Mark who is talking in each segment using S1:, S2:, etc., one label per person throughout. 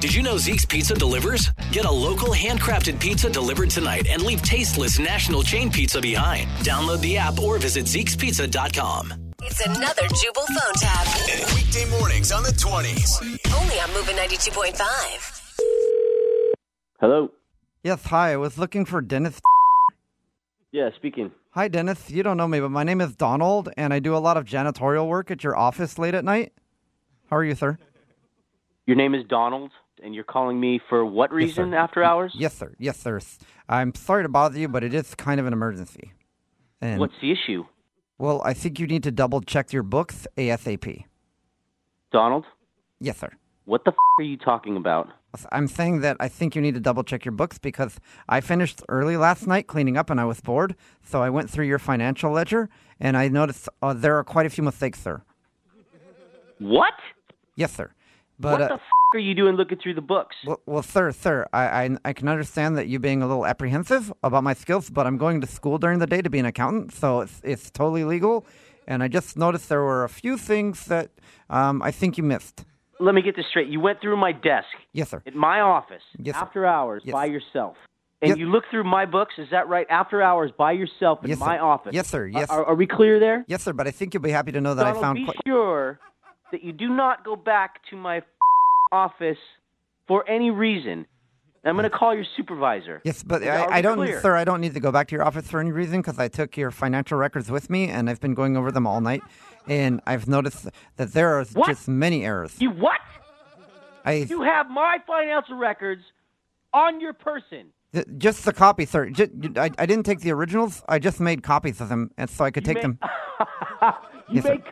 S1: Did you know Zeke's Pizza delivers? Get a local handcrafted pizza delivered tonight and leave tasteless national chain pizza behind. Download the app or visit Zeke'sPizza.com.
S2: It's another Jubal phone tab.
S3: Weekday mornings on the 20s.
S2: Only on Moving 92.5.
S4: Hello.
S5: Yes, hi. I was looking for Dennis.
S4: Yeah, speaking.
S5: Hi, Dennis. You don't know me, but my name is Donald, and I do a lot of janitorial work at your office late at night. How are you, sir?
S4: Your name is Donald, and you're calling me for what reason
S5: sir.
S4: after hours?
S5: Yes, sir. Yes, sir. I'm sorry to bother you, but it is kind of an emergency. And
S4: What's the issue,
S5: well, I think you need to double check your books ASAP.
S4: Donald?
S5: Yes, sir.
S4: What the f- are you talking about?
S5: I'm saying that I think you need to double check your books because I finished early last night cleaning up and I was bored, so I went through your financial ledger and I noticed uh, there are quite a few mistakes, sir.
S4: What?
S5: Yes, sir.
S4: What
S5: But
S4: the
S5: uh,
S4: f- are you doing looking through the books?
S5: Well, well, sir, sir, I, I, I can understand that you being a little apprehensive about my skills, but I'm going to school during the day to be an accountant, so it's, it's totally legal. And I just noticed there were a few things that um, I think you missed.
S4: Let me get this straight. You went through my desk
S5: Yes, sir.
S4: at my office
S5: Yes, sir.
S4: after hours
S5: Yes.
S4: by yourself. And
S5: Yes.
S4: you look through my books, is that right? After hours by yourself in
S5: Yes, sir.
S4: my office.
S5: Yes, sir. Yes.
S4: Are, are we clear there?
S5: Yes, sir, but I think you'll be happy to know that
S4: Donald,
S5: I found.
S4: be
S5: quite-
S4: sure that you do not go back to my office for any reason. I'm going to call your supervisor.
S5: Yes, but
S4: Yeah, are we
S5: I, I don't,
S4: clear?
S5: sir. I don't need to go back to your office for any reason because I took your financial records with me, and I've been going over them all night, and I've noticed that there are
S4: What?
S5: just many errors.
S4: You what?
S5: I
S4: You have my financial records on your person.
S5: Th- Just the copy, sir. Ju- I, I didn't take the originals. I just made copies of them, and so I could take
S4: make-
S5: them.
S4: You
S5: Yes, sir.
S4: make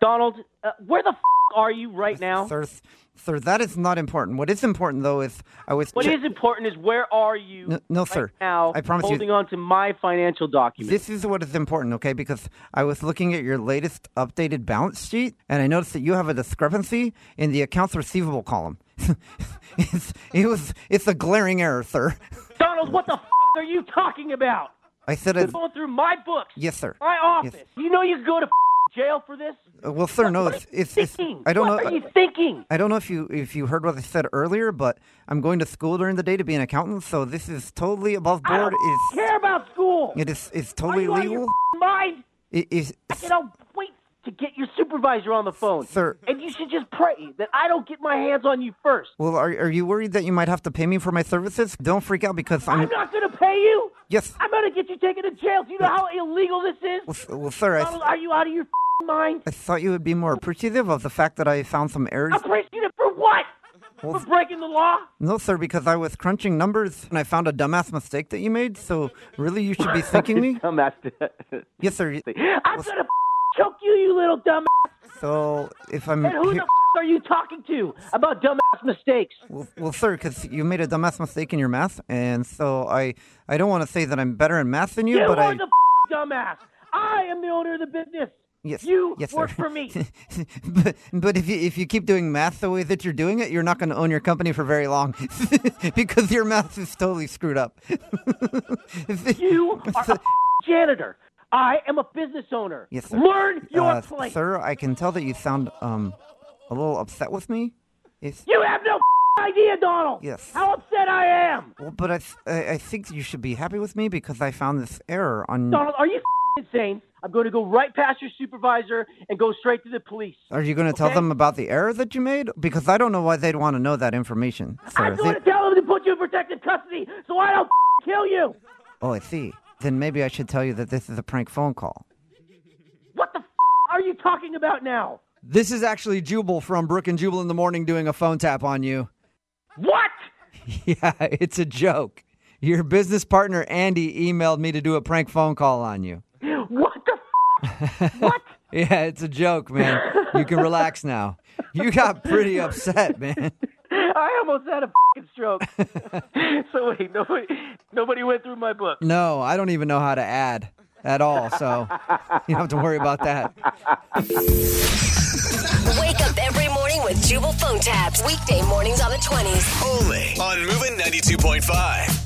S4: Donald, uh, where the f- are you right now?
S5: sir, s- sir, that is not important. What is important, though, is I was.
S4: What
S5: che-
S4: is important is where are you
S5: No- no,
S4: right
S5: sir.
S4: now
S5: I promise you-
S4: holding on to my financial documents.
S5: This is what is important, okay? Because I was looking at your latest updated balance sheet, and I noticed that you have a discrepancy in the accounts receivable column. it's, it was. It's a glaring error, sir.
S4: Donald, what the f- are you talking about?
S5: I said
S4: You're
S5: it.
S4: going through my books.
S5: Yes, sir.
S4: My office. You know you could go to jail for this.
S5: Uh, Well, sir, no.
S4: What
S5: It's,
S4: are you
S5: it's, it's.
S4: thinking?
S5: I don't
S4: what
S5: know.
S4: What are you thinking?
S5: I don't know if you if you heard what I said earlier, but I'm going to school during the day to be an accountant, so this is totally above
S4: I
S5: board.
S4: don't
S5: It's
S4: care about school.
S5: it is it's
S4: are
S5: totally
S4: you out of
S5: legal.
S4: your f***ing mind?
S5: It is
S4: I cannot wait to get your supervisor on the phone.
S5: Sir.
S4: And you should just pray that I don't get my hands on you first.
S5: well. Are are you worried that you might have to pay me for my services? Don't freak out because I'm,
S4: I'm not going to pay you.
S5: yes.
S4: I'm going to get you taken to jail. Do you know how illegal this
S5: well,
S4: is?
S5: s- well, sir, I,
S4: Donald, are you out of your f***ing mind?
S5: I thought you would be more appreciative of the fact that I found some errors.
S4: Appreciative for what?
S5: Well,
S4: For breaking the law?
S5: No, sir, because I was crunching numbers and I found a dumbass mistake that you made. So really, you should be thanking me.
S4: Come after
S5: Yes, sir.
S4: I'm going to choke you, you little dumb
S5: So if I'm
S4: And who the
S5: here-
S4: f- are you talking to about dumbass mistakes?
S5: Well, well, sir, because you made a dumbass mistake in your math, and so I, I don't want to say that I'm better in math than you,
S4: You
S5: but
S4: are
S5: I,
S4: the f- dumbass. I am the owner of the business.
S5: yes,
S4: you
S5: yes,
S4: work
S5: sir.
S4: for me.
S5: but, but if you if you keep doing math the way that you're doing it, you're not going to own your company for very long, because your math is totally screwed up.
S4: You are a f- janitor. I am a business owner.
S5: yes, sir.
S4: Learn your
S5: Uh,
S4: place.
S5: sir, I can tell that you sound um, a little upset with me. It's,
S4: You have no f- idea, Donald.
S5: Yes.
S4: How upset I am.
S5: well, but I, th- I I think you should be happy with me because I found this error on.
S4: Donald, are you f- insane? I'm going to go right past your supervisor and go straight to the police.
S5: Are you going to tell
S4: Okay.
S5: them about the error that you made? Because I don't know why they'd want to know that information. Sir.
S4: I'm going
S5: They-
S4: to tell them to put you in protective custody so I don't f- kill you.
S5: oh, I see. Then maybe I should tell you that this is a prank phone call.
S4: What the f- are you talking about now?
S6: This is actually Jubal from Brook and Jubal in the morning doing a phone tap on you.
S4: What?
S6: Yeah, it's a joke. Your business partner Andy emailed me to do a prank phone call on you.
S4: What the f- What?
S6: Yeah, it's a joke, man. You can relax now. You got pretty upset, man.
S4: I almost had a f***ing stroke. so wait, nobody, nobody went through my book.
S6: No, I don't even know how to add at all, so you don't have to worry about that.
S2: Wake up every morning with Jubal phone tabs. Weekday mornings on the 20s.
S3: Only on Moving 92.5.